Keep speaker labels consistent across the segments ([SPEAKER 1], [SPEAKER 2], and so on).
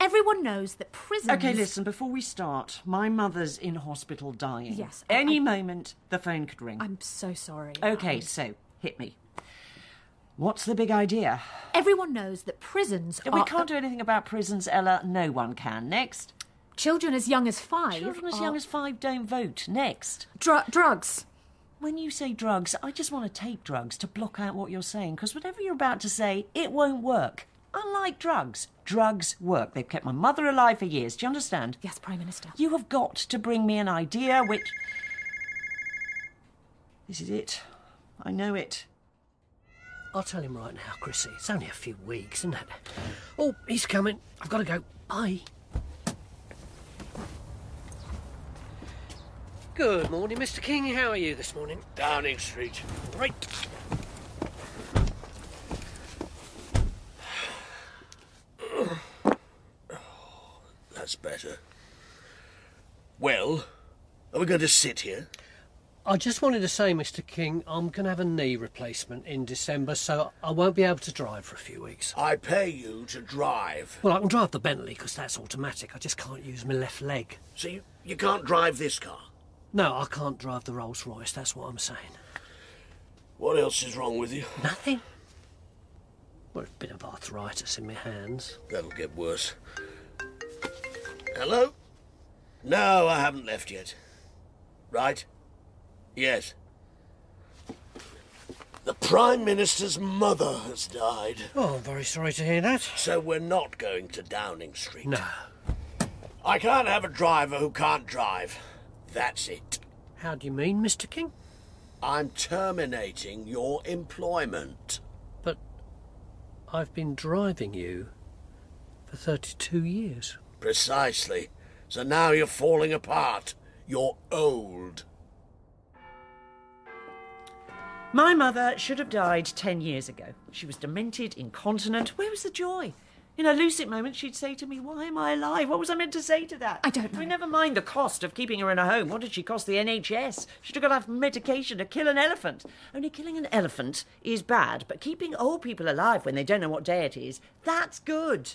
[SPEAKER 1] everyone knows that prisons.
[SPEAKER 2] Okay, listen, before we start, my mother's in hospital dying.
[SPEAKER 1] Yes, I-
[SPEAKER 2] Any
[SPEAKER 1] I-
[SPEAKER 2] moment, the phone could ring.
[SPEAKER 1] I'm so sorry.
[SPEAKER 2] okay,
[SPEAKER 1] Um,
[SPEAKER 2] so hit me. What's the big idea?
[SPEAKER 1] everyone knows that prisons
[SPEAKER 2] We
[SPEAKER 1] are.
[SPEAKER 2] can't do anything about prisons, Ella. No one can. Next.
[SPEAKER 1] Children as young as five.
[SPEAKER 2] Children as
[SPEAKER 1] are-
[SPEAKER 2] young as five don't vote. Next.
[SPEAKER 1] Dru- drugs.
[SPEAKER 2] When you say drugs, I just want to take drugs to block out what you're saying, because whatever you're about to say, it won't work. Unlike drugs, drugs work. They've kept my mother alive for years. Do you understand?
[SPEAKER 1] Yes, Prime Minister.
[SPEAKER 2] You have got to bring me an idea which. This is it. I know it.
[SPEAKER 3] I'll tell him right now, Chrissy. It's only a few weeks, isn't it? Oh, he's coming. I've got to go. Bye. Good morning, Mr. King. How are you this morning?
[SPEAKER 4] Downing Street.
[SPEAKER 3] Right.
[SPEAKER 4] That's better. Well, are we going to sit here?
[SPEAKER 3] I just wanted to say, Mr. King, I'm going to have a knee replacement in December, so I won't be able to drive for a few weeks.
[SPEAKER 4] I pay you to drive.
[SPEAKER 3] Well, I can drive the Bentley because that's automatic. I just can't use my left leg.
[SPEAKER 4] So you, you can't drive this car.
[SPEAKER 3] No, I can't drive the Rolls Royce. That's what I'm saying.
[SPEAKER 4] What else is wrong with you?
[SPEAKER 3] Nothing. Well, a bit of arthritis in my hands.
[SPEAKER 4] That'll get worse. Hello? No, I haven't left yet. Right? Yes. The Prime Minister's mother has died,
[SPEAKER 3] Oh, I'm very sorry to hear that.
[SPEAKER 4] so we're not going to Downing Street.
[SPEAKER 3] No.
[SPEAKER 4] I can't have a driver who can't drive. That's it.
[SPEAKER 3] How do you mean, Mr. King?
[SPEAKER 4] I'm terminating your employment.
[SPEAKER 3] But I've been driving you for 32 years.
[SPEAKER 4] Precisely. So now you're falling apart. You're old.
[SPEAKER 2] My mother should have died 10 years ago. She was demented, incontinent. Where was the joy? In her lucid moment, she'd say to me, Why am I alive? What was I meant to say to that?
[SPEAKER 1] I don't
[SPEAKER 2] I mean,
[SPEAKER 1] know.
[SPEAKER 2] never mind the cost of keeping her in a home. What did she cost the NHS? She took her life from medication to kill an elephant. Only killing an elephant is bad, but keeping old people alive when they don't know what day it is, that's good.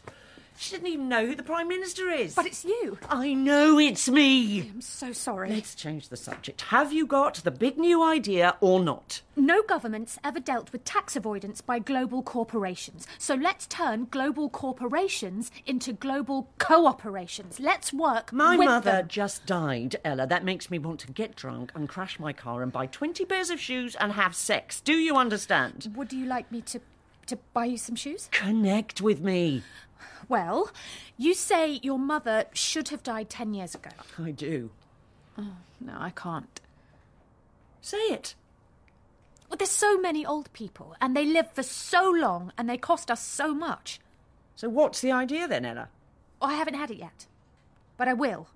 [SPEAKER 2] She didn't even know who the Prime Minister is.
[SPEAKER 1] But it's you.
[SPEAKER 2] I know it's me.
[SPEAKER 1] I'm so sorry.
[SPEAKER 2] Let's change the subject. Have you got the big new idea or not?
[SPEAKER 5] No government's ever dealt with tax avoidance by global corporations. So let's turn global corporations into global cooperations. Let's work
[SPEAKER 2] My
[SPEAKER 5] with
[SPEAKER 2] mother
[SPEAKER 5] them.
[SPEAKER 2] just died, Ella. That makes me want to get drunk and crash my car and buy 20 pairs of shoes and have sex. Do you understand?
[SPEAKER 5] Would you like me to to buy you some shoes?
[SPEAKER 2] Connect with me.
[SPEAKER 5] Well, you say your mother should have died 10 years ago.
[SPEAKER 2] I do.
[SPEAKER 1] Oh, No, I can't.
[SPEAKER 2] Say it.
[SPEAKER 5] Well, there's so many old people and they live for so long and they cost us so much. Oh,
[SPEAKER 2] So, what's the idea then, Ella?
[SPEAKER 5] I haven't had it yet. But I will.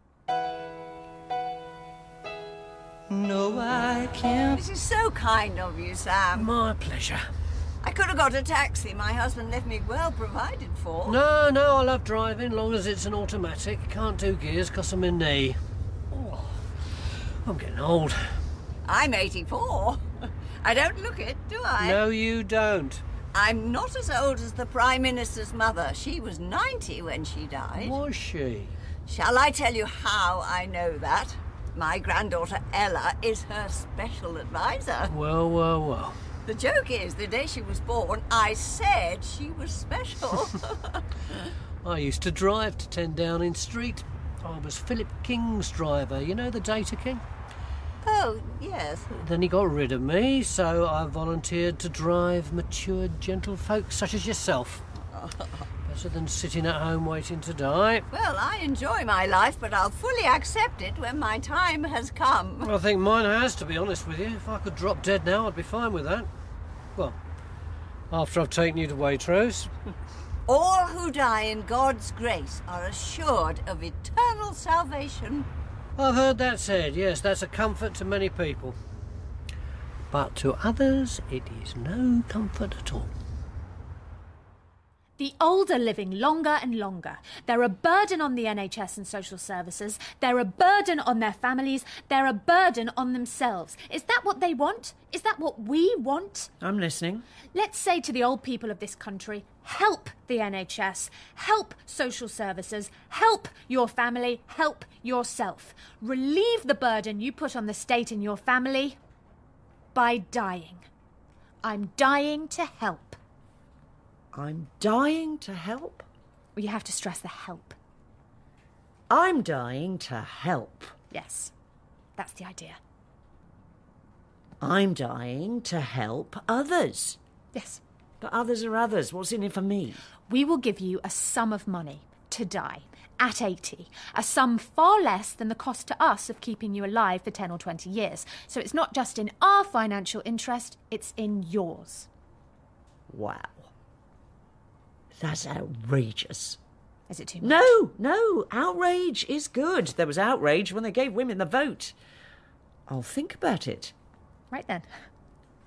[SPEAKER 3] No, I can't.
[SPEAKER 6] This is so kind of you, Sam.
[SPEAKER 3] My pleasure.
[SPEAKER 6] I could have got a taxi. My husband left me well provided for.
[SPEAKER 3] No, no, I love driving, long as it's an automatic. Can't do gears because of my knee. Oh, I'm getting old.
[SPEAKER 6] I'm 84. I don't look it, do I?
[SPEAKER 3] No, you don't.
[SPEAKER 6] I'm not as old as the Prime Minister's mother. She was 90 when she died.
[SPEAKER 3] Was she?
[SPEAKER 6] Shall I tell you how I know that? My granddaughter Ella is her special advisor.
[SPEAKER 3] Well, well, well.
[SPEAKER 6] The joke is, the day she was born, I said she was special.
[SPEAKER 3] I used to drive to 10 Downing Street. I was Philip King's driver. You know the Data King?
[SPEAKER 6] oh, yes.
[SPEAKER 3] Then he got rid of me, so I volunteered to drive matured gentlefolk such as yourself. Better than sitting at home waiting to die.
[SPEAKER 6] Well, I enjoy my life, but I'll fully accept it when my time has come.
[SPEAKER 3] I think mine has, to be honest with you. If I could drop dead now, I'd be fine with that. Well, after I've taken you to Waitrose.
[SPEAKER 6] All who die in God's grace are assured of eternal salvation.
[SPEAKER 3] I've heard that said, yes, that's a comfort to many people. But to others, it is no comfort at all.
[SPEAKER 5] The old are living longer and longer. They're a burden on the NHS and social services. They're a burden on their families. They're a burden on themselves. Is that what they want? Is that what we want?
[SPEAKER 2] I'm listening.
[SPEAKER 5] Let's say to the old people of this country help the NHS, help social services, help your family, help yourself. Relieve the burden you put on the state and your family by dying. I'm dying to help.
[SPEAKER 2] I'm dying to help.
[SPEAKER 5] Well, you have to stress the help.
[SPEAKER 2] I'm dying to help.
[SPEAKER 5] Yes, that's the idea.
[SPEAKER 2] I'm dying to help others.
[SPEAKER 5] Yes.
[SPEAKER 2] But others are others. What's in it for me?
[SPEAKER 5] We will give you a sum of money to die at 80, a sum far less than the cost to us of keeping you alive for 10 or 20 years. So it's not just in our financial interest, it's in yours.
[SPEAKER 2] Wow. That's outrageous.
[SPEAKER 5] Is it too much?
[SPEAKER 2] No, no, outrage is good. There was outrage when they gave women the vote. I'll think about it.
[SPEAKER 5] Right then.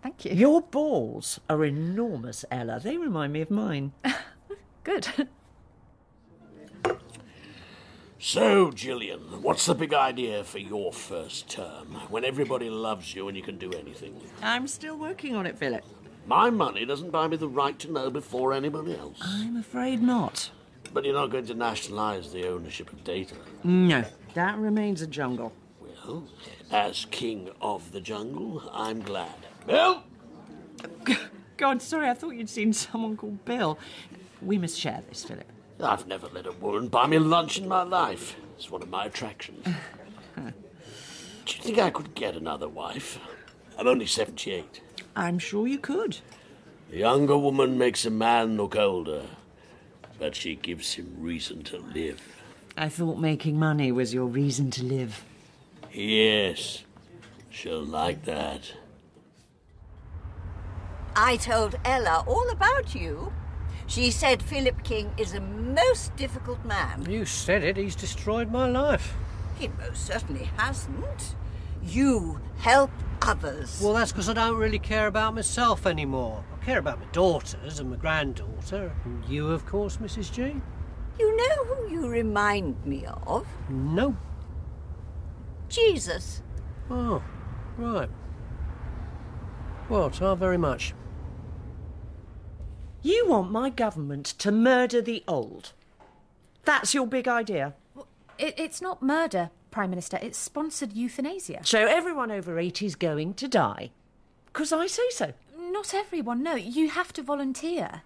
[SPEAKER 5] Thank you.
[SPEAKER 2] Your balls are enormous, Ella. They remind me of mine.
[SPEAKER 5] Good.
[SPEAKER 4] So, Gillian, what's the big idea for your first term when everybody loves you and you can do anything?
[SPEAKER 2] I'm still working on it, Philip.
[SPEAKER 4] My money doesn't buy me the right to know before anybody else.
[SPEAKER 2] I'm afraid not.
[SPEAKER 4] But you're not going to nationalise the ownership of data.
[SPEAKER 2] No, that remains a jungle.
[SPEAKER 4] Well, as king of the jungle, I'm glad. Well,
[SPEAKER 2] God, sorry, I thought you'd seen someone called Bill. We must share this, Philip.
[SPEAKER 4] I've never let a woman buy me lunch in my life. It's one of my attractions. Do you think I could get another wife? I'm only 78.
[SPEAKER 2] I'm sure you could.
[SPEAKER 4] A younger woman makes a man look older, but she gives him reason to live.
[SPEAKER 2] I thought making money was your reason to live.
[SPEAKER 4] Yes, she'll like that.
[SPEAKER 6] I told Ella all about you. She said Philip King is a most difficult man.
[SPEAKER 3] You said it, he's destroyed my life.
[SPEAKER 6] He most certainly hasn't. You help others.
[SPEAKER 3] Well, that's because I don't really care about myself anymore. I care about my daughters and my granddaughter, and you, of course, Mrs. G.
[SPEAKER 6] You know who you remind me of?
[SPEAKER 3] No.
[SPEAKER 6] Jesus.
[SPEAKER 3] Oh, right. Well, ta very much.
[SPEAKER 2] You want my government to murder the old. That's your big idea.
[SPEAKER 5] It, it's not murder, Prime Minister, it's sponsored euthanasia.
[SPEAKER 2] So everyone over 80 is going to die. Because I say so.
[SPEAKER 5] Not everyone, no. You have to volunteer.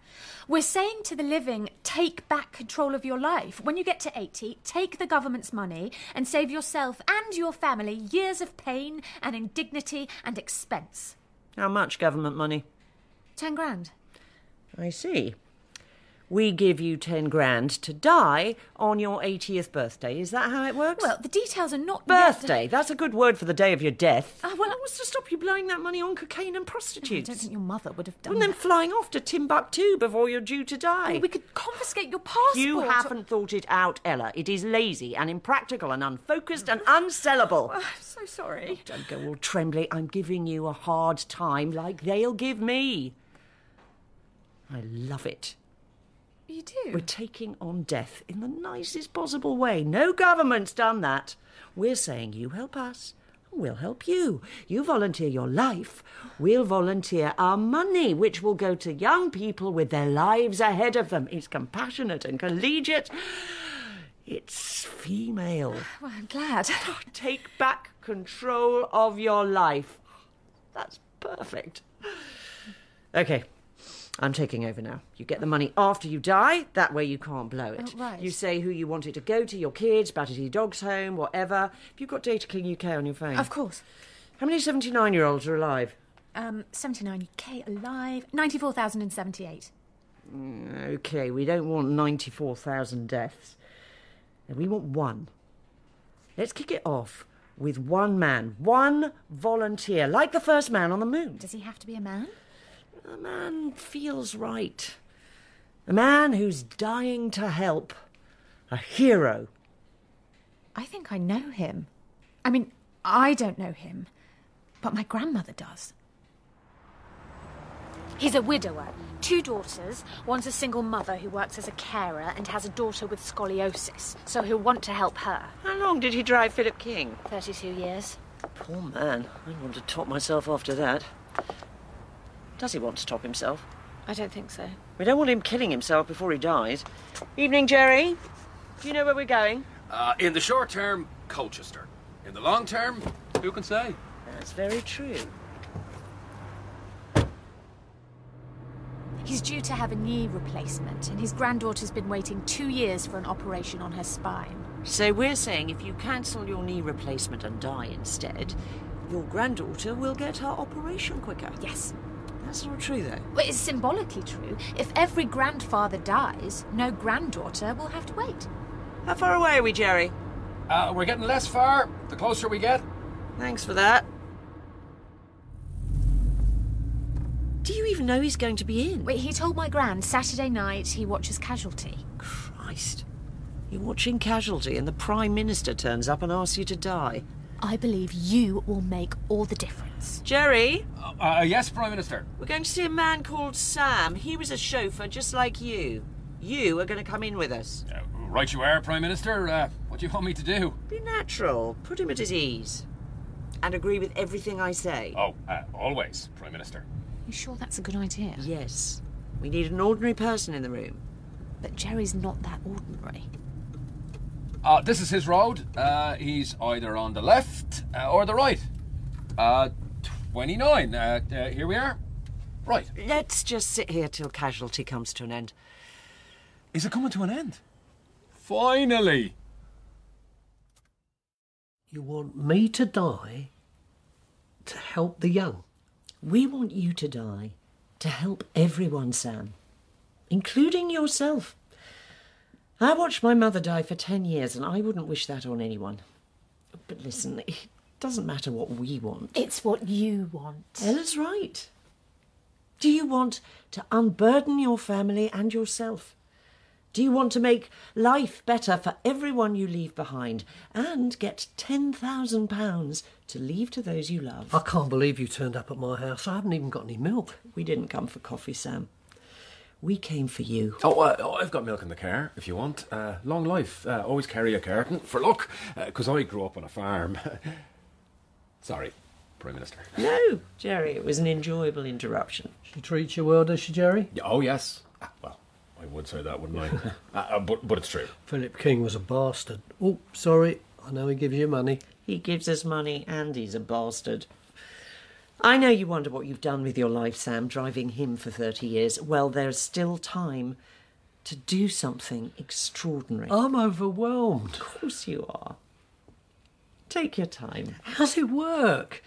[SPEAKER 5] We're saying to the living, take back control of your life. When you get to 80, take the government's money and save yourself and your family years of pain and indignity and expense.
[SPEAKER 2] How much government money?
[SPEAKER 5] Ten grand.
[SPEAKER 2] I see. We give you 10 grand to die on your 80th birthday. Is that how it works?
[SPEAKER 5] Well, the details are not yet-
[SPEAKER 2] birthday. That's a good word for the day of your death.
[SPEAKER 5] Ah, well,
[SPEAKER 2] That was to stop you blowing that money on cocaine and
[SPEAKER 5] I
[SPEAKER 2] prostitutes.
[SPEAKER 5] don't think your mother would have done
[SPEAKER 2] and then
[SPEAKER 5] that.
[SPEAKER 2] flying off to Timbuktu before you're due to die.
[SPEAKER 5] We could confiscate your passport.
[SPEAKER 2] You
[SPEAKER 5] or-
[SPEAKER 2] haven't thought it out, Ella. It is lazy and impractical and unfocused and unsellable.
[SPEAKER 5] I'm so sorry.
[SPEAKER 2] Don't go all trembly. I'm giving you a hard time like they'll give me. I love it. Oh,
[SPEAKER 5] You do.
[SPEAKER 2] We're taking on death in the nicest possible way. No government's done that. We're saying you help us, and we'll help you. You volunteer your life, we'll volunteer our money, which will go to young people with their lives ahead of them. It's compassionate and collegiate. It's female.
[SPEAKER 5] Well, I'm glad.
[SPEAKER 2] Take back control of your life. That's perfect. Okay, I'm taking over now. You get the money after you die, that way you can't blow it.
[SPEAKER 5] Oh, right.
[SPEAKER 2] You say who you want it to go to your kids, Battersea Dogs Home, whatever. Have you got Data King UK on your phone?
[SPEAKER 5] Of course.
[SPEAKER 2] How many 79 year olds are alive?
[SPEAKER 5] Um, 79k alive, 94,078.
[SPEAKER 2] Okay, we don't want 94,000 deaths. No, We want one. Let's kick it off with one man, one volunteer, like the first man on the moon.
[SPEAKER 5] Does he have to be a man?
[SPEAKER 2] A man feels right. A man who's dying to help. A hero.
[SPEAKER 5] I think I know him. I mean, I don't know him, but my grandmother does. He's a widower, two daughters. One's a single mother who works as a carer and has a daughter with scoliosis, so he'll want to help her.
[SPEAKER 7] How long did he drive Philip King?
[SPEAKER 5] 32 years.
[SPEAKER 7] Poor man. I want to top myself after that. Does he want to top himself?
[SPEAKER 8] I don't think so.
[SPEAKER 7] We don't want him killing himself before he dies. Evening, Jerry. Do you know where we're going?
[SPEAKER 9] Uh, in the short term, Colchester. In the long term, who can say?
[SPEAKER 7] That's very true.
[SPEAKER 5] He's due to have a knee replacement, and his granddaughter's been waiting two years for an operation on her spine.
[SPEAKER 7] So we're saying if you cancel your knee replacement and die instead, your granddaughter will get her operation quicker.
[SPEAKER 5] Yes.
[SPEAKER 7] That's not true, though.
[SPEAKER 5] Well, it's symbolically true. If every grandfather dies, no granddaughter will have to wait.
[SPEAKER 7] How far away are we, Jerry?
[SPEAKER 9] Uh, we're getting less far the closer we get.
[SPEAKER 7] Thanks for that. Do you even know he's going to be in?
[SPEAKER 5] Wait, he told my grand Saturday night he watches Casualty.
[SPEAKER 7] Christ. You're watching Casualty, and the Prime Minister turns up and asks you to die.
[SPEAKER 5] I believe you will make all the difference.
[SPEAKER 7] Jerry,
[SPEAKER 9] Uh, uh, yes, Prime Minister.
[SPEAKER 7] we're going to see a man called Sam. He was a chauffeur just like you. You are going to come in with us.
[SPEAKER 9] Uh, right you are, Prime Minister. Uh, what do you want me to do?
[SPEAKER 7] Be natural, put him at his ease, and agree with everything I say.
[SPEAKER 9] Oh, uh, always, Prime Minister.
[SPEAKER 8] You sure that's a good idea?
[SPEAKER 7] Yes, we need an ordinary person in the room.
[SPEAKER 8] But Jerry's not that ordinary.
[SPEAKER 9] Uh, this is his road. Uh, he's either on the left uh, or the right. Uh, 29. Uh, uh, here we are. Right.
[SPEAKER 7] Let's just sit here till Casualty comes to an end.
[SPEAKER 9] Is it coming to an end? Finally.
[SPEAKER 3] You want me to die to help the young?
[SPEAKER 2] We want you to die to help everyone, Sam, including yourself. I watched my mother die for 10 years and I wouldn't wish that on anyone. But listen, it doesn't matter what we want.
[SPEAKER 5] It's what you want.
[SPEAKER 2] Ella's right. Do you want to unburden your family and yourself? Do you want to make life better for everyone you leave behind and get £10,000 to leave to those you love?
[SPEAKER 3] I can't believe you turned up at my house. I haven't even got any milk.
[SPEAKER 2] We didn't come for coffee, Sam. We came for you.
[SPEAKER 9] Oh, uh, oh, I've got milk in the car if you want. Uh, long life. Uh, always carry a carton for luck,
[SPEAKER 10] uh,
[SPEAKER 9] because I grew up on a farm. Sorry, Prime Minister.
[SPEAKER 2] No, Jerry, it was an enjoyable interruption.
[SPEAKER 3] She treats you well, does she, Jerry?
[SPEAKER 9] Yeah, Oh, yes. Ah, Well, I would say that, wouldn't I? uh, uh, but, but it's true.
[SPEAKER 3] Philip King was a bastard. Oh, sorry. I know he gives you money.
[SPEAKER 2] He gives us money and he's a bastard. I know you wonder what you've done with your life, Sam, driving him for 30 years. Well, there's still time to do something extraordinary.
[SPEAKER 3] I'm overwhelmed.
[SPEAKER 2] Of course you are. Take your time.
[SPEAKER 3] How's it work?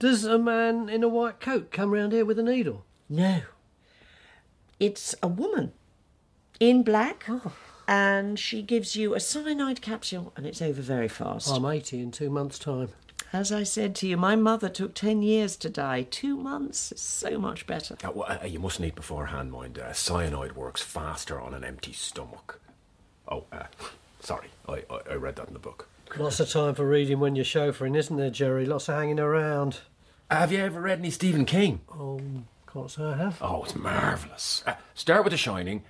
[SPEAKER 3] Does a man in a white coat come round here with a needle?
[SPEAKER 2] No. It's a woman in black, and she gives you a cyanide capsule, and it's over very fast.
[SPEAKER 3] I'm 80 in two months' time.
[SPEAKER 2] As I said to you, my mother took 10 years to die. Two months is so much better.
[SPEAKER 10] Uh, well, uh, you mustn't eat beforehand, mind. Uh, cyanide works faster on an empty stomach. Oh, uh, sorry, I, I, I read that in the book.
[SPEAKER 3] Lots of time for reading when you're chauffeuring, isn't there, Jerry? Lots of hanging around.
[SPEAKER 10] Have you ever read any Stephen King?
[SPEAKER 3] Oh, can't say I have.
[SPEAKER 10] Oh, it's marvellous. Uh, start with The Shining,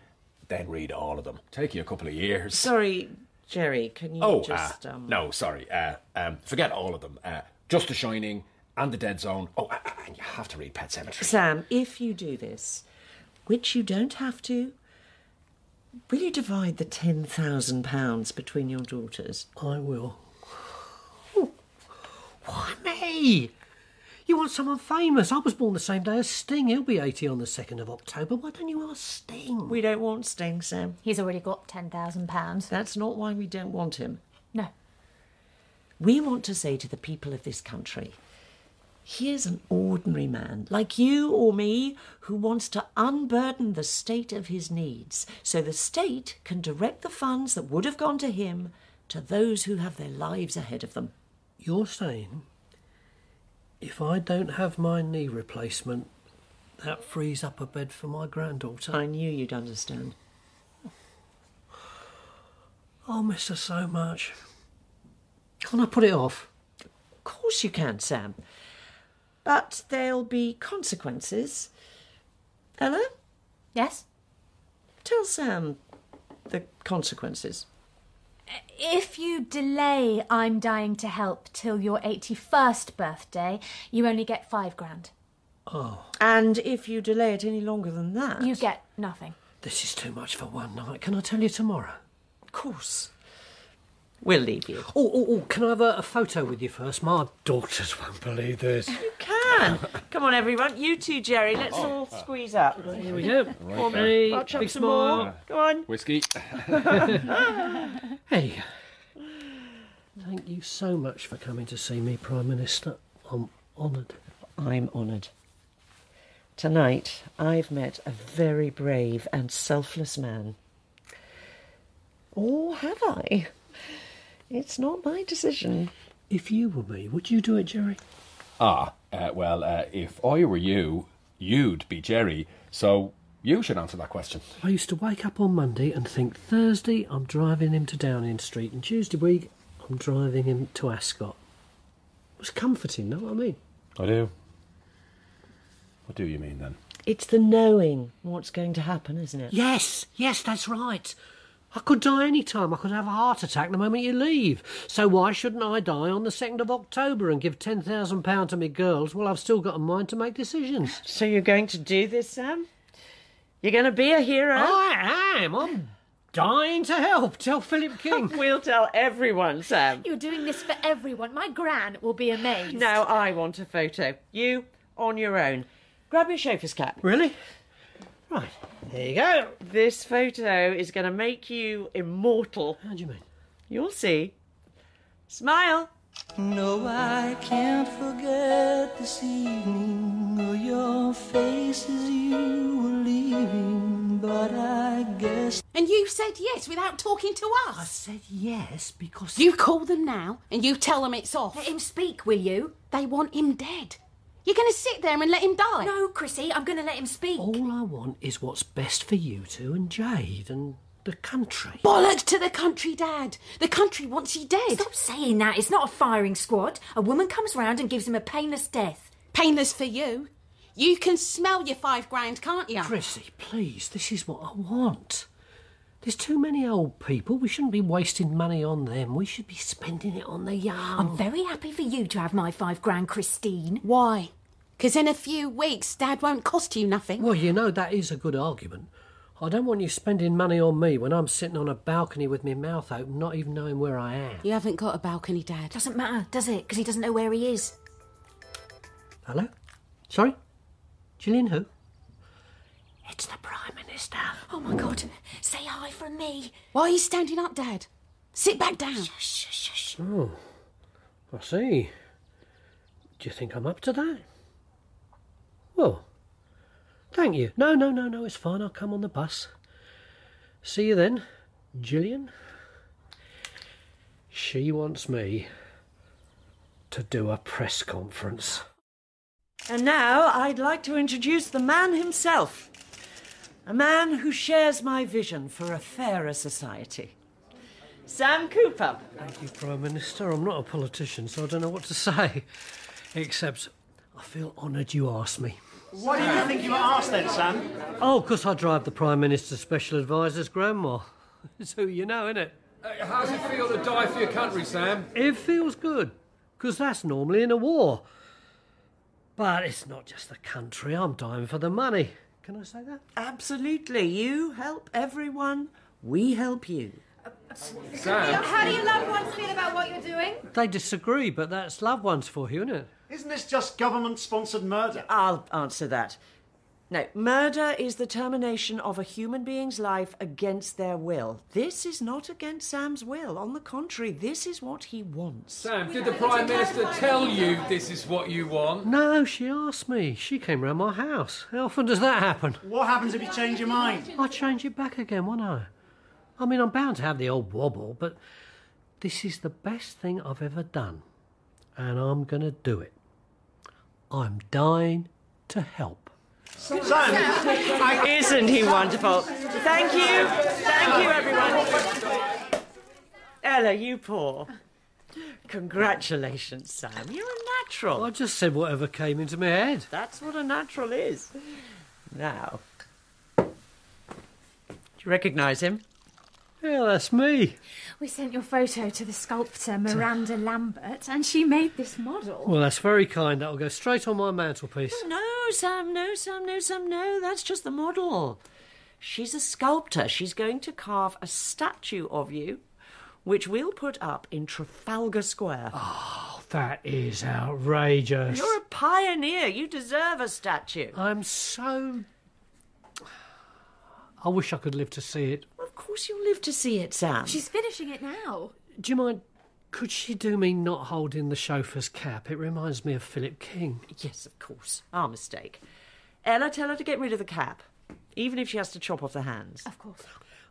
[SPEAKER 10] then read all of them. Take you a couple of years.
[SPEAKER 2] Sorry, Jerry, can you
[SPEAKER 10] oh, uh,
[SPEAKER 2] just. um,
[SPEAKER 10] no, sorry. Uh, um, forget all of them. Uh, just The Shining and The Dead Zone. Oh, uh, uh, and you have to read Pet Cemetery.
[SPEAKER 2] Sam, if you do this, which you don't have to, will you divide the £10,000 between your daughters?
[SPEAKER 3] I will. Why me? You want someone famous? I was born the same day as Sting. He'll be 80 on the 2nd of October. Why don't you ask Sting?
[SPEAKER 2] We don't want Sting, Sam.
[SPEAKER 5] He's already got £10,000.
[SPEAKER 2] That's not why we don't want him.
[SPEAKER 5] No.
[SPEAKER 2] We want to say to the people of this country here's an ordinary man, like you or me, who wants to unburden the state of his needs so the state can direct the funds that would have gone to him to those who have their lives ahead of them.
[SPEAKER 3] You're saying if I don't have my knee replacement, that frees up a bed for my granddaughter.
[SPEAKER 2] I knew you'd understand.
[SPEAKER 3] I'll miss her so much. Can't I put it off?
[SPEAKER 2] Of course you can, Sam. But there'll be consequences.
[SPEAKER 11] Ella,
[SPEAKER 5] Yes?
[SPEAKER 11] tell Sam the consequences.
[SPEAKER 5] If you delay I'm dying to help till your 81st birthday, you only get five grand.
[SPEAKER 11] And if you delay it any longer than that,
[SPEAKER 5] You get nothing.
[SPEAKER 3] This is too much for one night. Can I tell you tomorrow?
[SPEAKER 11] of course, we'll leave you.
[SPEAKER 3] Oh, oh, oh, can I have a, a photo with you first? My daughters won't believe this.
[SPEAKER 2] Can. Come on, everyone. You too, Jerry. Let's all squeeze up.
[SPEAKER 3] Here we go. For
[SPEAKER 10] Uh,
[SPEAKER 3] me,
[SPEAKER 2] Watch up
[SPEAKER 3] big
[SPEAKER 2] some more.
[SPEAKER 3] smile.
[SPEAKER 2] Go on.
[SPEAKER 12] Whiskey.
[SPEAKER 3] Hey. Thank you so much for coming to see me, Prime Minister. I'm honoured.
[SPEAKER 11] I'm honoured. Tonight, I've met a very brave and selfless man. Or have I? It's not my decision.
[SPEAKER 3] If you were me, would you do it, Jerry?
[SPEAKER 12] Ah, uh, well, uh, if I were you, you'd be Jerry. So you should answer that question.
[SPEAKER 3] I used to wake up on Monday and think Thursday I'm driving him to Downing Street and Tuesday week I'm driving him to Ascot. It was comforting, know what I mean?
[SPEAKER 12] I do. What do you mean then?
[SPEAKER 11] It's the knowing what's going to happen, isn't it?
[SPEAKER 3] Yes, yes, that's right. I could die any time. I could have a heart attack the moment you leave. So why shouldn't I die on the 2nd of October and give £10,000 to me girls while I've still got a mind to make decisions?
[SPEAKER 2] So you're going to do this, Sam? You're going to be a hero?
[SPEAKER 11] Oh.
[SPEAKER 3] I am. I'm dying to help. Tell Philip King.
[SPEAKER 2] We'll tell everyone, Sam.
[SPEAKER 5] You're doing this for everyone. My gran will be amazed.
[SPEAKER 2] Now I want a photo. You on your own. Grab your chauffeur's cap.
[SPEAKER 3] really? Right. There you go.
[SPEAKER 2] This photo is going to make you immortal.
[SPEAKER 3] How do you mean?
[SPEAKER 2] You'll see. Smile.
[SPEAKER 13] No, I can't forget this evening or your face as you were leaving, but I guess
[SPEAKER 14] And you said yes without talking to
[SPEAKER 3] I
[SPEAKER 14] us.
[SPEAKER 3] said yes because
[SPEAKER 14] You call them now and you tell them it's off.
[SPEAKER 5] Let him speak, will you?
[SPEAKER 14] They want him dead. You're going to sit there and let him die?
[SPEAKER 5] No, Chrissy, I'm going to let him speak.
[SPEAKER 3] All I want is what's best for you two and Jade and the country.
[SPEAKER 14] Bollocks to the country, Dad. The country wants you dead.
[SPEAKER 5] Stop saying that. It's not a firing squad. A woman comes round and gives him a painless death.
[SPEAKER 14] Painless for you. You can smell your five grand, can't you?
[SPEAKER 3] Chrissy, please, this is what I want. There's too many old people. We shouldn't be wasting money on them. We should be spending it on the young.
[SPEAKER 5] I'm very happy for you to have my five grand, Christine.
[SPEAKER 14] Why? Because in a few weeks, Dad won't cost you nothing.
[SPEAKER 3] Well, you know, that is a good argument. I don't want you spending money on me when I'm sitting on a balcony with my mouth open, not even knowing where I am.
[SPEAKER 14] You haven't got a balcony, Dad.
[SPEAKER 5] Doesn't matter, does it? Because he doesn't know where he is.
[SPEAKER 3] Hello? Sorry? Gillian who? It's the Prime Minister.
[SPEAKER 5] Oh my God! Say hi from me.
[SPEAKER 14] Why are you standing up, Dad? Sit back down.
[SPEAKER 5] Shh, shh, shh.
[SPEAKER 3] I see. Do you think I'm up to that? Well, thank you. No, no, no, no, it's fine. I'll come on the bus. See you then, Gillian. She wants me to do a press conference.
[SPEAKER 2] And now I'd like to introduce the man himself. A man who shares my vision for a fairer society. Sam Cooper.
[SPEAKER 3] Thank you, Prime Minister. I'm not a politician, so I don't know what to say. Except I feel honoured you asked me.
[SPEAKER 13] Why do you think you were asked then, Sam?
[SPEAKER 3] Oh, of course I drive the Prime Minister's special advisor's grandma. It's who you know, innit?
[SPEAKER 12] How's it feel to die for your country, Sam?
[SPEAKER 3] It feels good, 'cause that's normally in a war. But it's not just the country. I'm dying for the money. Can I say that?
[SPEAKER 2] Absolutely. You help everyone, we help you.
[SPEAKER 12] Sam?
[SPEAKER 5] How do your loved ones feel about what you're doing?
[SPEAKER 3] They disagree, but that's loved ones for you, isn't it?
[SPEAKER 13] Isn't this just government sponsored murder?
[SPEAKER 2] I'll answer that. No, murder is the termination of a human being's life against their will. This is not against Sam's will. On the contrary, this is what he wants.
[SPEAKER 12] Sam, did the Prime Minister tell you this is what you want?
[SPEAKER 3] No, she asked me. She came round my house. How often does that happen?
[SPEAKER 13] What happens if you change your mind?
[SPEAKER 3] I change it back again, won't I? I mean, I'm bound to have the old wobble, but this is the best thing I've ever done, and I'm going to do it. I'm dying to help.
[SPEAKER 2] Isn't he wonderful? Thank you. Thank you, everyone. Ella, you poor. Congratulations, Sam. You're a natural.
[SPEAKER 3] I just said whatever came into my head.
[SPEAKER 2] That's what a natural is. Now, you recognise him?
[SPEAKER 3] Yeah, that's me.
[SPEAKER 5] We sent your photo to the sculptor Miranda Lambert, and she made this model.
[SPEAKER 3] Well, that's very kind. That'll go straight on my mantelpiece.
[SPEAKER 11] No, Sam, no, Sam, no, Sam, no. That's just the model.
[SPEAKER 2] She's a sculptor. She's going to carve a statue of you, which we'll put up in Trafalgar Square.
[SPEAKER 3] Oh, that is outrageous.
[SPEAKER 2] You're a pioneer. You deserve a statue.
[SPEAKER 3] I'm so. I wish I could live to see it.
[SPEAKER 2] Of course, you'll live to see it, Sam.
[SPEAKER 5] She's finishing it now.
[SPEAKER 3] Do you mind? Could she do me not holding the chauffeur's cap? It reminds me of Philip King.
[SPEAKER 2] Yes, of course. Our mistake. Ella, tell her to get rid of the cap, even if she has to chop off the hands.
[SPEAKER 5] Of course.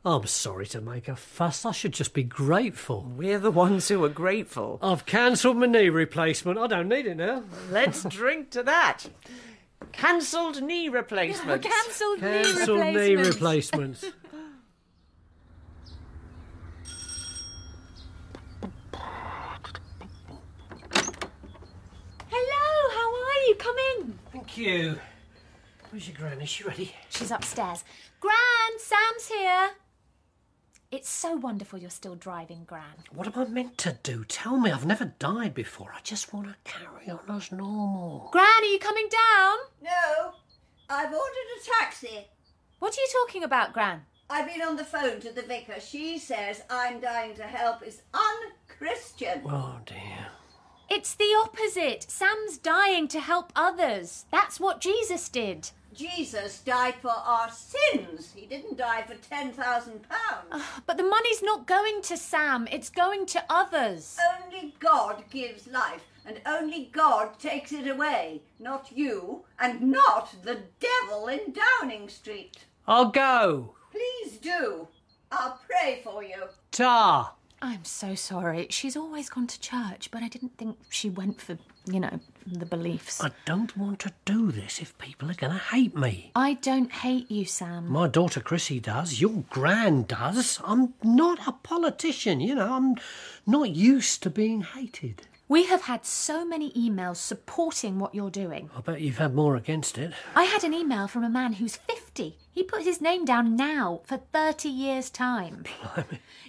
[SPEAKER 3] I'm sorry to make a fuss. I should just be grateful.
[SPEAKER 2] We're the ones who are grateful.
[SPEAKER 3] I've cancelled my knee replacement. I don't need it now.
[SPEAKER 2] Let's drink to that. Cancelled knee replacement.
[SPEAKER 5] Cancelled knee
[SPEAKER 3] Cancelled knee
[SPEAKER 5] replacement.
[SPEAKER 3] replacements.
[SPEAKER 5] Hello, how are you? Come in.
[SPEAKER 3] Thank you. Where's your gran? Is she ready?
[SPEAKER 5] She's upstairs. Gran, Sam's here. It's so wonderful you're still driving, Gran.
[SPEAKER 3] What am I meant to do? Tell me. I've never died before. I just want to carry on as normal.
[SPEAKER 5] Gran, are you coming down?
[SPEAKER 6] No, I've ordered a taxi.
[SPEAKER 5] What are you talking about, Gran?
[SPEAKER 6] I've been on the phone to the vicar. She says I'm dying to help is unchristian.
[SPEAKER 3] Oh dear.
[SPEAKER 5] It's the opposite. Sam's dying to help others. That's what Jesus did.
[SPEAKER 6] Jesus died for our sins. He didn't die for ten thousand pounds.
[SPEAKER 5] But the money's not going to Sam, it's going to others.
[SPEAKER 6] Only God gives life, and only God takes it away. Not you, and not the devil in Downing Street.
[SPEAKER 3] I'll go.
[SPEAKER 6] Please do. I'll pray for you.
[SPEAKER 3] Ta.
[SPEAKER 1] I'm so sorry. She's always gone to church, but I didn't think she went for, you know, the beliefs.
[SPEAKER 3] I don't want to do this if people are going to hate me.
[SPEAKER 1] I don't hate you, Sam.
[SPEAKER 3] My daughter Chrissy does, your gran does. I'm not a politician, you know, I'm not used to being hated.
[SPEAKER 5] We have had so many emails supporting what you're doing.
[SPEAKER 3] I bet you've had more against it.
[SPEAKER 5] I had an email from a man who's 50. He put his name down now for 30 years' time.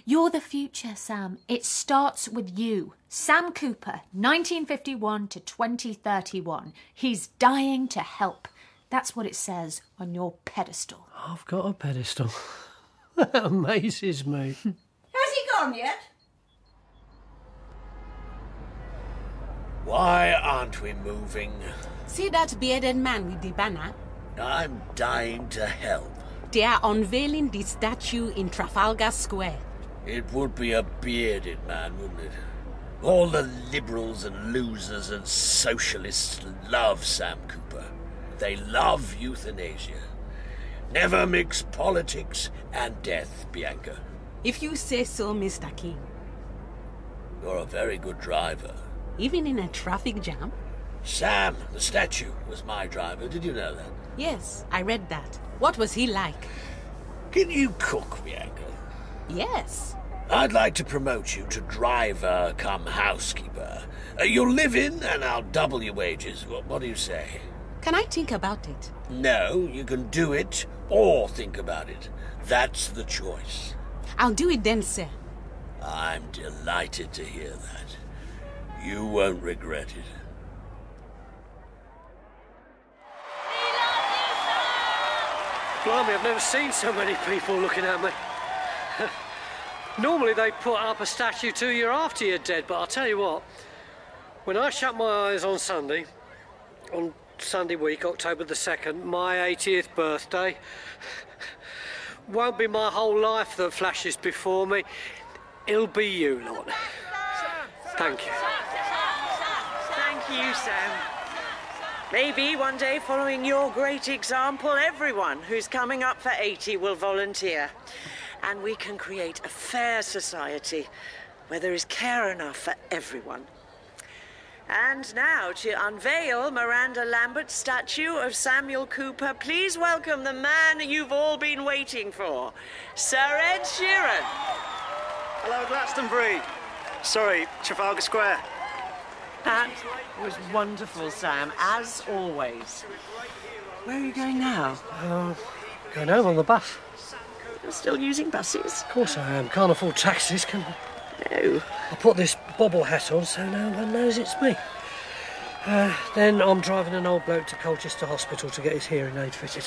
[SPEAKER 5] You're the future, Sam. It starts with you. Sam Cooper, 1951 to 2031. He's dying to help. That's what it says on your pedestal.
[SPEAKER 3] I've got a pedestal. that amazes me.
[SPEAKER 6] Has he gone yet?
[SPEAKER 4] Why aren't we moving?
[SPEAKER 14] See that bearded man with the banner?
[SPEAKER 4] I'm dying to help.
[SPEAKER 14] They are unveiling the statue in Trafalgar Square.
[SPEAKER 4] It would be a bearded man, wouldn't it? All the liberals and losers and socialists love Sam Cooper. They love euthanasia. Never mix politics and death, Bianca.
[SPEAKER 14] If you say so, Mr. King.
[SPEAKER 4] You're a very good driver.
[SPEAKER 14] Even in a traffic jam?
[SPEAKER 4] Sam, the statue, was my driver. Did you know that?
[SPEAKER 14] Yes, I read that. What was he like?
[SPEAKER 4] Can you cook, Bianca?
[SPEAKER 14] Yes.
[SPEAKER 4] I'd like to promote you to driver come housekeeper. Uh, you'll live in and I'll double your wages. What, what do you say?
[SPEAKER 14] Can I think about it?
[SPEAKER 4] No, you can do it or think about it. That's the choice.
[SPEAKER 14] I'll do it then, sir.
[SPEAKER 4] I'm delighted to hear that. You won't regret it.
[SPEAKER 3] Blimey, I've never seen so many people looking at me. Normally they put up a statue to you after you're dead, but I'll tell you what, when I shut my eyes on Sunday, on Sunday week, October the 2nd, my 80th birthday, won't be my whole life that flashes before me. It'll be you lot. Thank you.
[SPEAKER 2] Thank you, Sam. Maybe one day, following your great example, everyone who's coming up for 80 will volunteer. And we can create a fair society where there is care enough for everyone. And now, to unveil Miranda Lambert's statue of Samuel Cooper, please welcome the man you've all been waiting for, Sir Ed Sheeran.
[SPEAKER 15] Hello, Glastonbury. Sorry, Trafalgar Square.
[SPEAKER 2] That was wonderful, Sam, as always. Where are you going now?
[SPEAKER 16] Um,
[SPEAKER 3] Uh, going home on the bus.
[SPEAKER 16] You're still using buses?
[SPEAKER 3] Of course I am. Can't afford taxis, can I?
[SPEAKER 16] No.
[SPEAKER 3] I put this bobble hat on so no one knows it's me. Uh, then I'm driving an old bloke to Colchester Hospital to get his hearing aid fitted.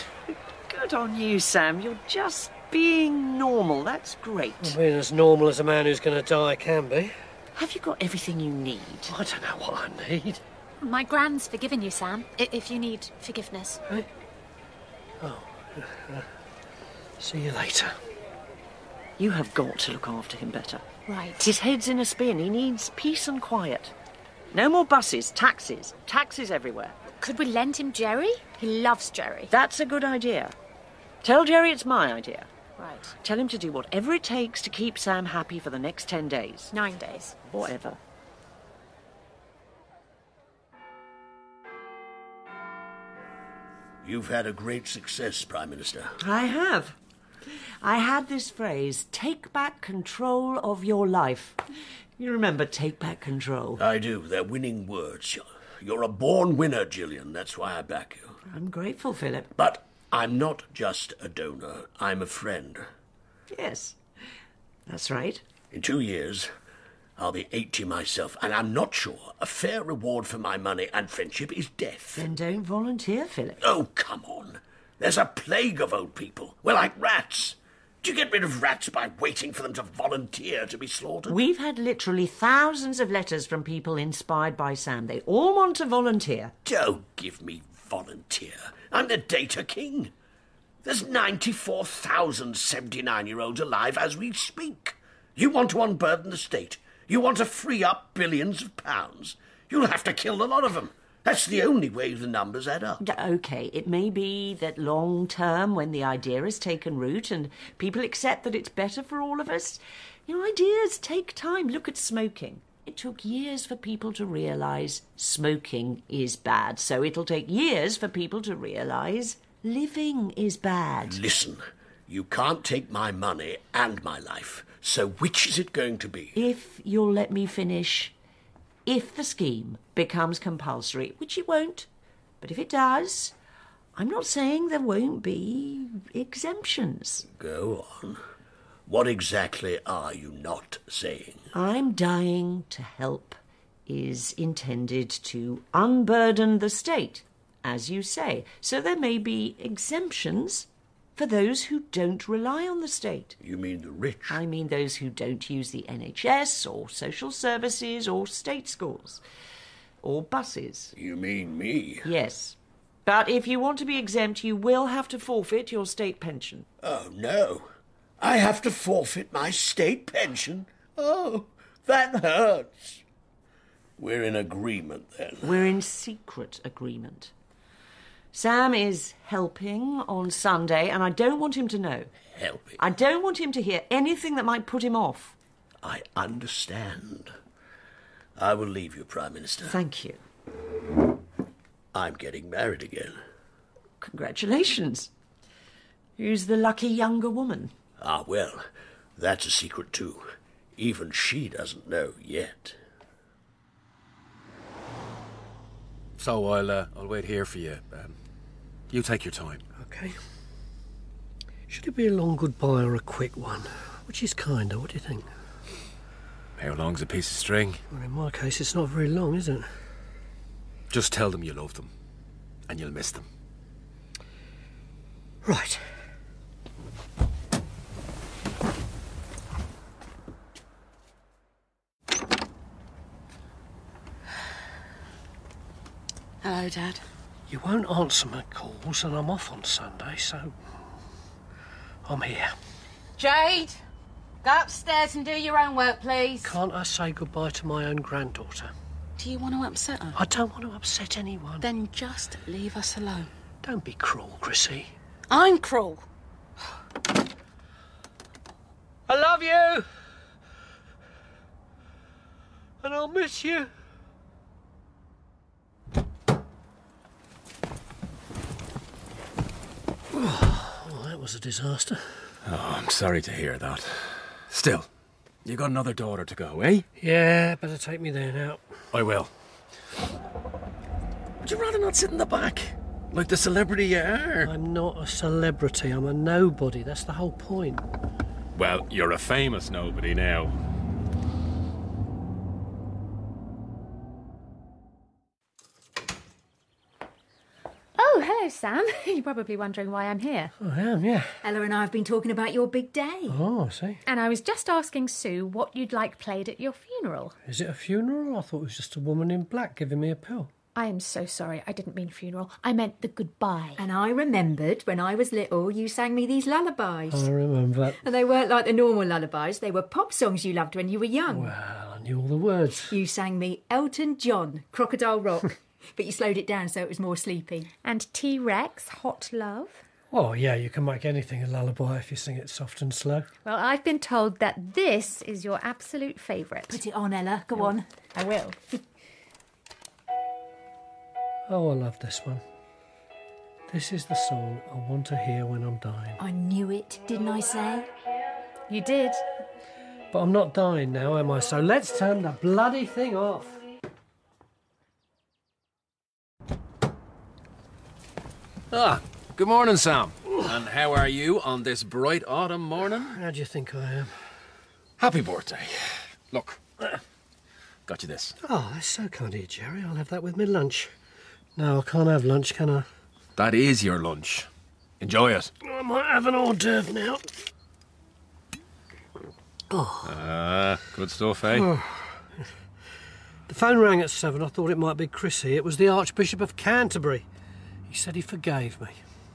[SPEAKER 16] Good on you, Sam. You're just being normal. That's great.
[SPEAKER 3] I mean, as normal as a man who's going to die can be.
[SPEAKER 16] Have you got everything you need?
[SPEAKER 3] I don't know what I need.
[SPEAKER 5] My gran's forgiven you, Sam, i- if you need forgiveness.
[SPEAKER 3] Oh, uh, see you later.
[SPEAKER 16] You have got to look after him better.
[SPEAKER 5] Right.
[SPEAKER 16] His head's in a spin. He needs peace and quiet. No more buses, taxis, taxis everywhere.
[SPEAKER 5] Could we lend him Jerry? He loves Jerry.
[SPEAKER 16] That's a good idea. Tell Jerry it's my idea.
[SPEAKER 5] Right.
[SPEAKER 16] Tell him to do whatever it takes to keep Sam happy for the next 10 days.
[SPEAKER 5] Nine days.
[SPEAKER 16] Whatever.
[SPEAKER 4] You've had a great success, Prime Minister.
[SPEAKER 2] I have. I had this phrase take back control of your life. You remember take back control.
[SPEAKER 4] I do. They're winning words. You're a born winner, Gillian. That's why I back you.
[SPEAKER 2] I'm grateful, Philip.
[SPEAKER 4] But I'm not just a donor, I'm a friend.
[SPEAKER 2] Yes. That's right.
[SPEAKER 4] In two years, I'll be 80 myself, and I'm not sure a fair reward for my money and friendship is death.
[SPEAKER 2] Then don't volunteer, Philip.
[SPEAKER 4] Oh, come on. There's a plague of old people. We're like rats. Do you get rid of rats by waiting for them to volunteer to be slaughtered?
[SPEAKER 2] We've had literally thousands of letters from people inspired by Sam. They all want to volunteer.
[SPEAKER 4] Don't give me volunteer. I'm the data king. There's 94,079 year olds alive as we speak. You want to unburden the state. You want to free up billions of pounds. You'll have to kill a lot of them. That's the only way the numbers add up.
[SPEAKER 2] D- Okay, it may be that long term, when the idea has taken root and people accept that it's better for all of us, you know, ideas take time. Look at smoking. It took years for people to realise smoking is bad, so it'll take years for people to realise living is bad.
[SPEAKER 4] Listen, you can't take my money and my life. So which is it going to be?
[SPEAKER 2] If you'll let me finish, if the scheme becomes compulsory, which it won't, but if it does, I'm not saying there won't be exemptions.
[SPEAKER 4] Go on. What exactly are you not saying?
[SPEAKER 2] I'm dying to help is intended to unburden the state, as you say. So there may be exemptions for those who don't rely on the state.
[SPEAKER 4] You mean the rich?
[SPEAKER 2] I mean those who don't use the NHS or social services or state schools or buses.
[SPEAKER 4] You mean me?
[SPEAKER 2] Yes. But if you want to be exempt, you will have to forfeit your state pension.
[SPEAKER 4] Oh, no. I have to forfeit my state pension. Oh, that hurts. We're in agreement then.
[SPEAKER 2] We're in secret agreement. Sam is helping on Sunday, and I don't want him to know.
[SPEAKER 4] Helping?
[SPEAKER 2] I don't want him to hear anything that might put him off.
[SPEAKER 4] I understand. I will leave you, Prime Minister.
[SPEAKER 2] Thank you.
[SPEAKER 4] I'm getting married again.
[SPEAKER 2] Congratulations. Who's the lucky younger woman?
[SPEAKER 4] Ah, well, that's a secret too. Even she doesn't know yet.
[SPEAKER 9] So I'll uh, I'll wait here for you. Um, you take your time.
[SPEAKER 3] Okay. Should it be a long goodbye or a quick one? Which is kinder, what do you think?
[SPEAKER 9] How long's a piece of string?
[SPEAKER 3] Well, in my case, it's not very long, is it?
[SPEAKER 9] Just tell them you love them, and you'll miss them.
[SPEAKER 3] Right.
[SPEAKER 14] Hello, Dad.
[SPEAKER 3] You won't answer my calls, and I'm off on Sunday, so. I'm here.
[SPEAKER 14] Jade, go upstairs and do your own work, please.
[SPEAKER 3] Can't I say goodbye to my own granddaughter?
[SPEAKER 14] Do you want to upset her?
[SPEAKER 3] I don't want to upset anyone.
[SPEAKER 14] Then just leave us alone.
[SPEAKER 3] Don't be cruel, Chrissy.
[SPEAKER 14] I'm cruel.
[SPEAKER 3] I love you! And I'll miss you. well, that was a disaster.
[SPEAKER 9] Oh, I'm sorry to hear that. Still, you got another daughter to go, eh?
[SPEAKER 3] Yeah, better take me there now.
[SPEAKER 9] I will. Would you rather not sit in the back?
[SPEAKER 4] Like the celebrity you are.
[SPEAKER 3] I'm not a celebrity. I'm a nobody. That's the whole point.
[SPEAKER 9] Well, you're a famous nobody now.
[SPEAKER 5] Oh, hello, Sam. You're probably wondering why I'm here.
[SPEAKER 3] Oh, I am, yeah.
[SPEAKER 5] Ella and I have been talking about your big day.
[SPEAKER 3] Oh, I see.
[SPEAKER 5] And I was just asking Sue what you'd like played at your funeral.
[SPEAKER 3] Is it a funeral? I thought it was just a woman in black giving me a pill.
[SPEAKER 5] I am so sorry. I didn't mean funeral. I meant the goodbye.
[SPEAKER 17] And I remembered when I was little, you sang me these lullabies.
[SPEAKER 5] Oh.
[SPEAKER 3] I remember that.
[SPEAKER 17] And they weren't like the normal lullabies, they were pop songs you loved when you were young.
[SPEAKER 3] Well, I knew all the words.
[SPEAKER 17] You sang me Elton John, Crocodile Rock, but you slowed it down so it was more sleepy.
[SPEAKER 5] And T Rex, Hot Love.
[SPEAKER 3] Oh, yeah, you can make anything a lullaby if you sing it soft and slow.
[SPEAKER 5] Well, I've been told that this is your absolute favourite.
[SPEAKER 17] Put it on, Ella. Go on.
[SPEAKER 5] I will.
[SPEAKER 3] Oh, I love this one. This is the song I want to hear when I'm dying.
[SPEAKER 17] I knew it, didn't I say?
[SPEAKER 5] You did.
[SPEAKER 3] But I'm not dying now, am I? So let's turn the bloody thing off.
[SPEAKER 9] Ah, good morning, Sam. And how are you on this bright autumn morning?
[SPEAKER 3] How do you think I am?
[SPEAKER 9] Happy birthday. Look, got you this.
[SPEAKER 3] Oh, that's so kind of you, Jerry. I'll have that with my lunch. No, I can't have lunch, can I?
[SPEAKER 9] That is your lunch. Enjoy it.
[SPEAKER 3] I might have an hors d'oeuvre now. Oh.
[SPEAKER 9] Ah, good stuff, eh?
[SPEAKER 3] Oh. The phone rang at seven. I thought it might be Chrissy. It was the Archbishop of Canterbury. He said he forgave me.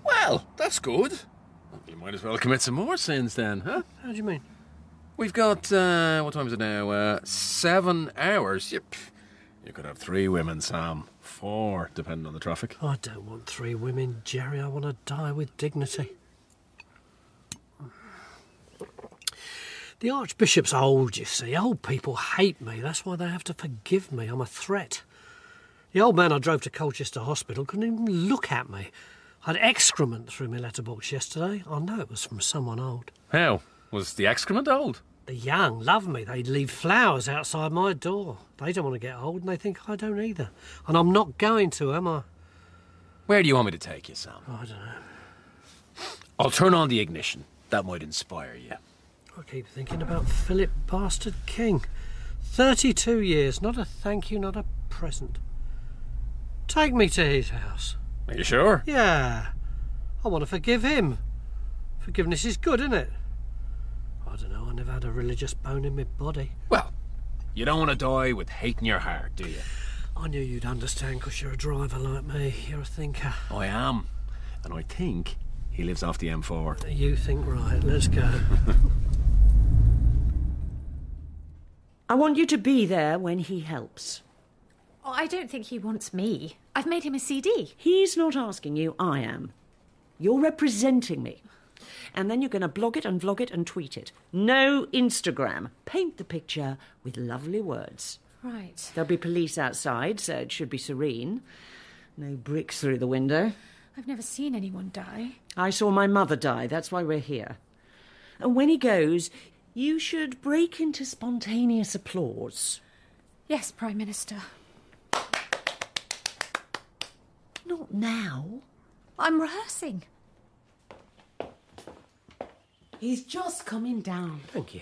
[SPEAKER 9] Well, that's good. You might as well commit some more sins then, huh?
[SPEAKER 3] How do you mean?
[SPEAKER 9] We've got, uh, what time is it now? Uh, seven hours. Yep. You could have three women, Sam. Four, depending on the traffic.
[SPEAKER 3] I don't want three women, Jerry. I want to die with dignity. The Archbishop's old, you see. Old people hate me. That's why they have to forgive me. I'm a threat. The old man I drove to Colchester Hospital couldn't even look at me. I had excrement through my letterbox yesterday. I know it was from someone old.
[SPEAKER 9] How? Was the excrement old?
[SPEAKER 3] The young love me. They leave flowers outside my door. They don't want to get old, and they think I don't either. And I'm not going to, am I?
[SPEAKER 9] Where do you want me to take you, Sam?
[SPEAKER 3] I don't know.
[SPEAKER 9] I'll turn on the ignition. That might inspire you.
[SPEAKER 3] I keep thinking about Philip Bastard King. 32 years, not a thank you, not a present. Take me to his house.
[SPEAKER 9] Are you sure?
[SPEAKER 3] Yeah. I want to forgive him. Forgiveness is good, isn't it? I don't know, I never had a religious bone in my body.
[SPEAKER 9] Well, you don't want to die with hate in your heart, do you?
[SPEAKER 3] I knew you'd understand because you're a driver like me. You're a thinker.
[SPEAKER 9] I am. And I think he lives off the M4.
[SPEAKER 3] You think right. Let's go.
[SPEAKER 2] I want you to be there when he helps.
[SPEAKER 5] Oh, I don't think he wants me. I've made him a CD.
[SPEAKER 18] He's not asking you, I am. You're representing me. And then you're going to blog it and vlog it and tweet it. No Instagram. Paint the picture with lovely words.
[SPEAKER 5] Right.
[SPEAKER 18] There'll be police outside, so it should be serene. No bricks through the window.
[SPEAKER 5] I've never seen anyone die.
[SPEAKER 18] I saw my mother die, that's why we're here. And when he goes, you should break into spontaneous applause.
[SPEAKER 5] Yes, Prime Minister.
[SPEAKER 18] Not now.
[SPEAKER 5] I'm rehearsing.
[SPEAKER 18] He's just coming down.
[SPEAKER 3] Thank you.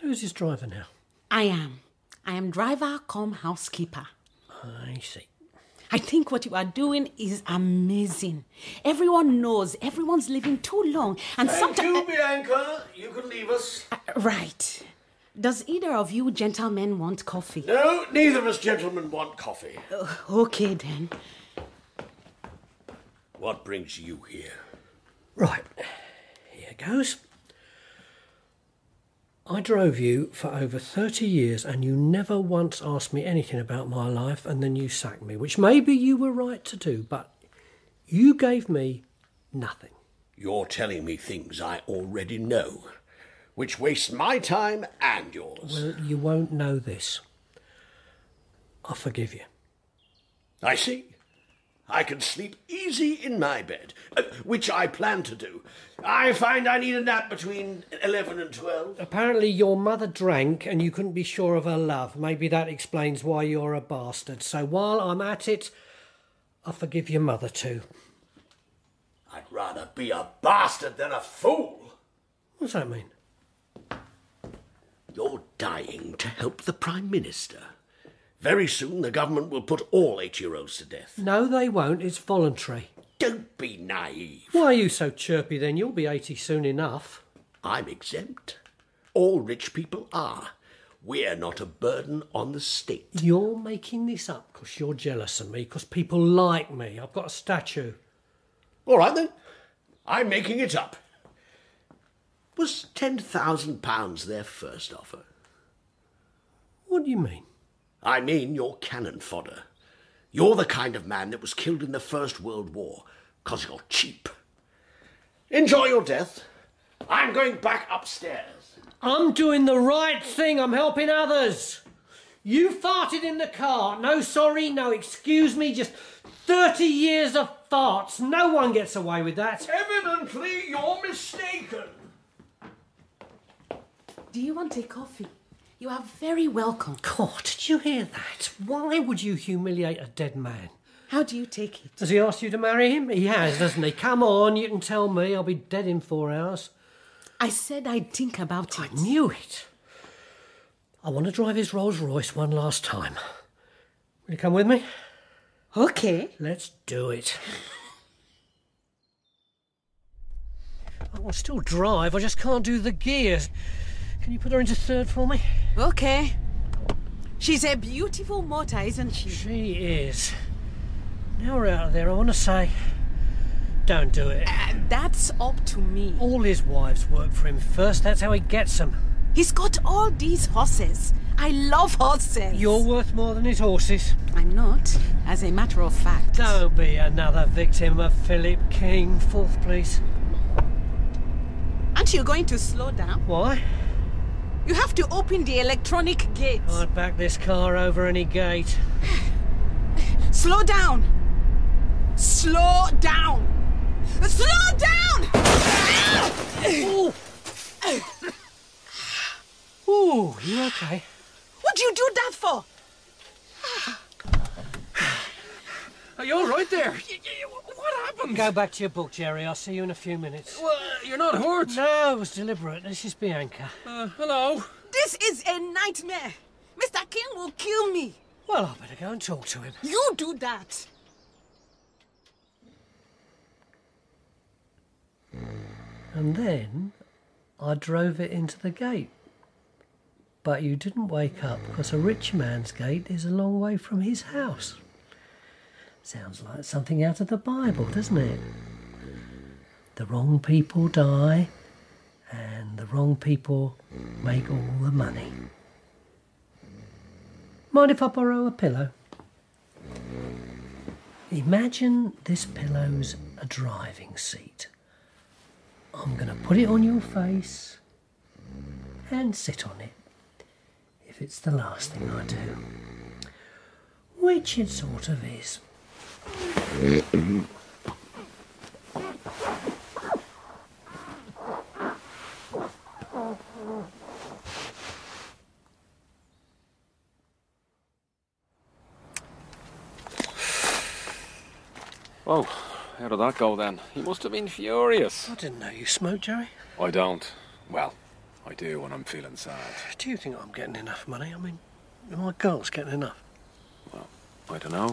[SPEAKER 3] Who's his driver now?
[SPEAKER 18] I am. I am driver come housekeeper.
[SPEAKER 3] I see.
[SPEAKER 18] I think what you are doing is amazing. Everyone knows everyone's living too long, and
[SPEAKER 4] Thank
[SPEAKER 18] sometimes.
[SPEAKER 4] you, Bianca. You can leave us.
[SPEAKER 18] right. Does either of you gentlemen want coffee?
[SPEAKER 4] No, neither of us gentlemen want coffee.
[SPEAKER 18] Okay then.
[SPEAKER 4] What brings you here?
[SPEAKER 3] Right. Here goes. I drove you for over 30 years and you never once asked me anything about my life and then you sacked me, which maybe you were right to do, but you gave me nothing.
[SPEAKER 4] You're telling me things I already know, which wastes my time and yours.
[SPEAKER 3] Well, you won't know this. I forgive you.
[SPEAKER 4] I see. I can sleep easy in my bed, uh, which I plan to do. I find I need a nap between 11 and 12.
[SPEAKER 3] Apparently, your mother drank and you couldn't be sure of her love. Maybe that explains why you're a bastard. So while I'm at it, I forgive your mother too.
[SPEAKER 4] I'd rather be a bastard than a fool.
[SPEAKER 3] What does that mean?
[SPEAKER 4] You're dying to help the Prime Minister. Very soon the government will put all eight year olds to death.
[SPEAKER 3] No, they won't. It's voluntary.
[SPEAKER 4] Don't be naive.
[SPEAKER 3] Why are you so chirpy then? You'll be 80 soon enough.
[SPEAKER 4] I'm exempt. All rich people are. We're not a burden on the state.
[SPEAKER 3] You're making this up because you're jealous of me, because people like me. I've got a statue.
[SPEAKER 4] All right then. I'm making it up. Was £10,000 their first offer?
[SPEAKER 3] What do you mean?
[SPEAKER 4] I mean, you're cannon fodder. You're the kind of man that was killed in the First World War, 'cause you're cheap. Enjoy your death. I'm going back upstairs.
[SPEAKER 3] I'm doing the right thing. I'm helping others. You farted in the car. No sorry, no excuse me. Just 30 years of farts. No one gets away with that.
[SPEAKER 4] Evidently, you're mistaken.
[SPEAKER 14] Do you want a coffee? You are very welcome.
[SPEAKER 3] God, did you hear that? Why would you humiliate a dead man?
[SPEAKER 14] How do you take it?
[SPEAKER 3] Has he asked you to marry him? He has, doesn't he? Come on, you can tell me. I'll be dead in four hours.
[SPEAKER 14] I said I'd think about it.
[SPEAKER 3] I knew it. I want to drive his Rolls Royce one last time. Will you come with me?
[SPEAKER 14] Okay.
[SPEAKER 3] Let's do it. Oh, I will still drive, I just can't do the gears. Can you put her into third for me?
[SPEAKER 14] Okay. She's a beautiful motor, isn't she?
[SPEAKER 3] She is. Now we're out of there, I want to say, don't do it.
[SPEAKER 14] Uh, that's up to me.
[SPEAKER 3] All his wives work for him first, that's how he gets them.
[SPEAKER 14] He's got all these horses. I love horses.
[SPEAKER 3] You're worth more than his horses.
[SPEAKER 14] I'm not, as a matter of fact.
[SPEAKER 3] Don't be another victim of Philip King. Fourth, please.
[SPEAKER 14] Aren't you going to slow down?
[SPEAKER 3] Why?
[SPEAKER 14] You have to open the electronic gate.
[SPEAKER 3] I'd back this car over any gate.
[SPEAKER 14] Slow down. Slow down. Slow down!
[SPEAKER 3] Ooh. Ooh, you okay?
[SPEAKER 14] What'd you do that for?
[SPEAKER 9] Are you all right there? Y- y- what happened?
[SPEAKER 3] Go back to your book, Jerry. I'll see you in a few minutes.
[SPEAKER 9] Well, you're not hurt.
[SPEAKER 3] No, it was deliberate. This is Bianca.
[SPEAKER 9] Uh, hello.
[SPEAKER 14] This is a nightmare. Mr. King will kill me.
[SPEAKER 3] Well, I better go and talk to him.
[SPEAKER 14] You do that.
[SPEAKER 3] And then I drove it into the gate. But you didn't wake up because a rich man's gate is a long way from his house. Sounds like something out of the Bible, doesn't it? The wrong people die, and the wrong people make all the money. Mind if I borrow a pillow? Imagine this pillow's a driving seat. I'm going to put it on your face and sit on it if it's the last thing I do. Which it sort of is.
[SPEAKER 9] Oh, how did that go then? He must have been furious.
[SPEAKER 3] I didn't know you smoked, Jerry.
[SPEAKER 9] I don't. Well, I do when I'm feeling sad.
[SPEAKER 3] Do you think I'm getting enough money? I mean, are my girl's getting enough.
[SPEAKER 9] Well, I don't know.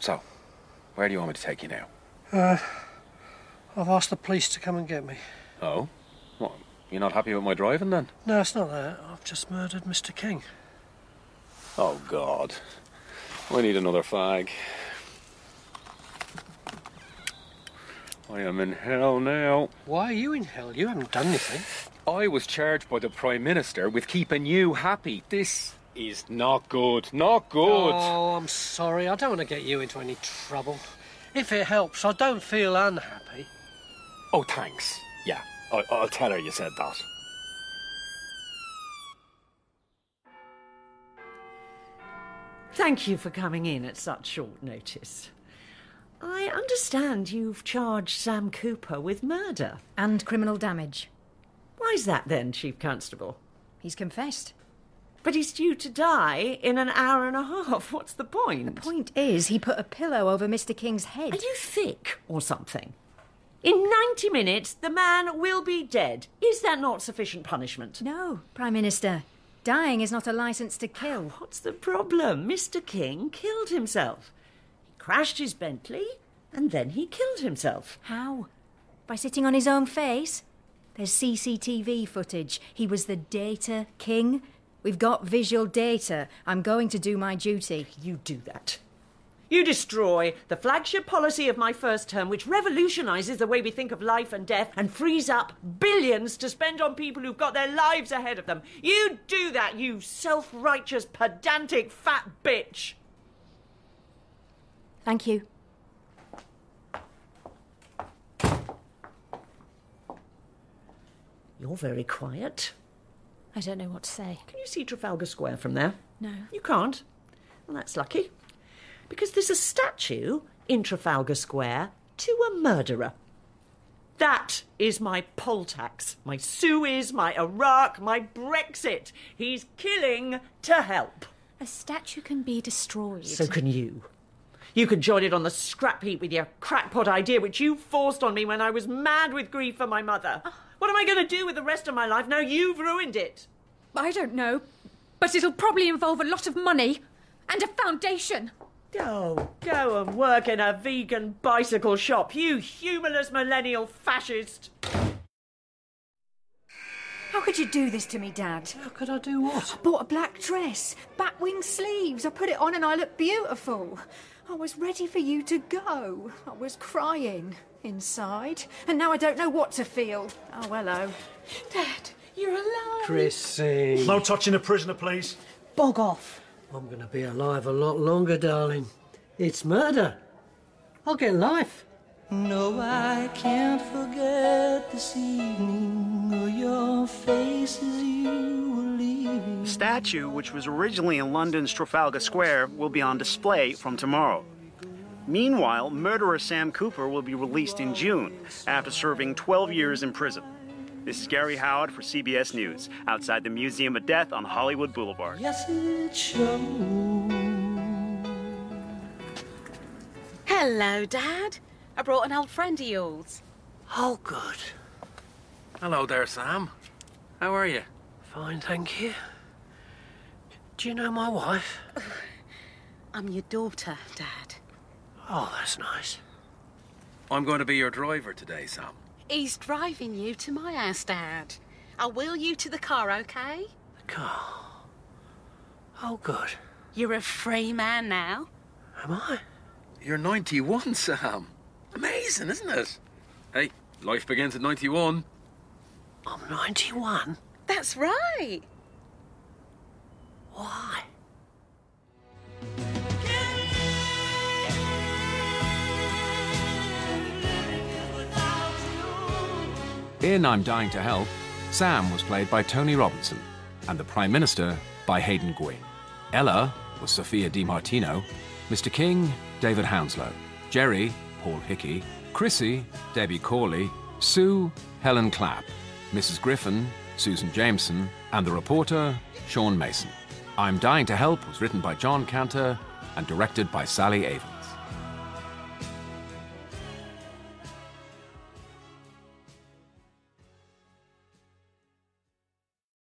[SPEAKER 9] So, where do you want me to take you now?
[SPEAKER 3] Uh, I've asked the police to come and get me.
[SPEAKER 9] Oh? What? You're not happy with my driving then?
[SPEAKER 3] No, it's not that. I've just murdered Mr. King.
[SPEAKER 9] Oh, God. I need another fag. I am in hell now.
[SPEAKER 3] Why are you in hell? You haven't done anything.
[SPEAKER 9] I was charged by the Prime Minister with keeping you happy. This is not good. Not good.
[SPEAKER 3] Oh, I'm sorry. I don't want to get you into any trouble. If it helps, I don't feel unhappy.
[SPEAKER 9] Oh, thanks. Yeah, I- I'll tell her you said that.
[SPEAKER 2] Thank you for coming in at such short notice. I understand you've charged Sam Cooper with murder.
[SPEAKER 19] And criminal damage.
[SPEAKER 2] Why's that then, Chief Constable?
[SPEAKER 19] He's confessed.
[SPEAKER 2] But he's due to die in an hour and a half. What's the point? The
[SPEAKER 5] point is, he put a pillow over Mr. King's head.
[SPEAKER 2] Are you thick or something? In 90 minutes, the man will be dead. Is that not sufficient punishment?
[SPEAKER 5] No, Prime Minister. Dying is not a license to kill.
[SPEAKER 2] What's the problem? Mr. King killed himself. He crashed his Bentley and then he killed himself.
[SPEAKER 5] How? By sitting on his own face? There's CCTV footage. He was the data king. We've got visual data. I'm going to do my duty.
[SPEAKER 2] You do that. You destroy the flagship policy of my first term, which revolutionises the way we think of life and death and frees up billions to spend on people who've got their lives ahead of them. You do that, you self righteous, pedantic, fat bitch.
[SPEAKER 5] Thank you.
[SPEAKER 2] You're very quiet.
[SPEAKER 5] I don't know what to say.
[SPEAKER 2] Can you see Trafalgar Square from there?
[SPEAKER 5] No.
[SPEAKER 2] You can't. Well, that's lucky. Because there's a statue in Trafalgar Square to a murderer. That is my poll tax, my Suez, my Iraq, my Brexit. He's killing to help.
[SPEAKER 5] A statue can be destroyed.
[SPEAKER 2] So can you. You could join it on the scrap heap with your crackpot idea, which you forced on me when I was mad with grief for my mother.
[SPEAKER 5] Ah.
[SPEAKER 2] What am I going to do with the rest of my life now you've ruined it?
[SPEAKER 20] I don't know, but it'll probably involve a lot of money and a foundation.
[SPEAKER 2] Oh, go and work in a vegan bicycle shop, you humorless millennial fascist.
[SPEAKER 21] How could you do this to me, Dad?
[SPEAKER 22] How could I do what?
[SPEAKER 21] I bought a black dress, back wing sleeves. I put it on and I looked beautiful. I was ready for you to go. I was crying inside, and now I don't know what to feel. Oh, hello.
[SPEAKER 14] Dad, you're alive.
[SPEAKER 22] Chrissy.
[SPEAKER 15] No touching a prisoner, please.
[SPEAKER 21] Bog off.
[SPEAKER 22] I'm going to be alive a lot longer, darling. It's murder. I'll get life.
[SPEAKER 3] No, I can't forget this evening or your faces you were leaving.
[SPEAKER 15] The statue, which was originally in London's Trafalgar Square, will be on display from tomorrow. Meanwhile, murderer Sam Cooper will be released in June after serving 12 years in prison. This is Gary Howard for CBS News, outside the Museum of Death on Hollywood Boulevard.
[SPEAKER 3] Yes, it shows.
[SPEAKER 14] Hello, Dad. I brought an old friend of yours.
[SPEAKER 22] Oh, good.
[SPEAKER 23] Hello there, Sam. How are you?
[SPEAKER 22] Fine, thank you. Do you know my wife?
[SPEAKER 14] I'm your daughter, Dad.
[SPEAKER 22] Oh, that's nice.
[SPEAKER 23] I'm going to be your driver today, Sam.
[SPEAKER 14] He's driving you to my house, Dad. I'll wheel you to the car, okay?
[SPEAKER 22] The car? Oh, good.
[SPEAKER 14] You're a free man now.
[SPEAKER 22] Am I?
[SPEAKER 23] You're 91, Sam. Amazing, isn't it? Hey, life begins at 91.
[SPEAKER 22] I'm 91?
[SPEAKER 14] That's right.
[SPEAKER 22] Why?
[SPEAKER 9] In I'm Dying to Help, Sam was played by Tony Robinson, and the Prime Minister by Hayden Gwynne. Ella was Sophia DiMartino, Mr. King, David Hounslow, Jerry, Paul Hickey, Chrissy, Debbie Corley, Sue, Helen Clapp, Mrs. Griffin, Susan Jameson, and the reporter, Sean Mason. I'm Dying to Help was written by John Cantor and directed by Sally Avon.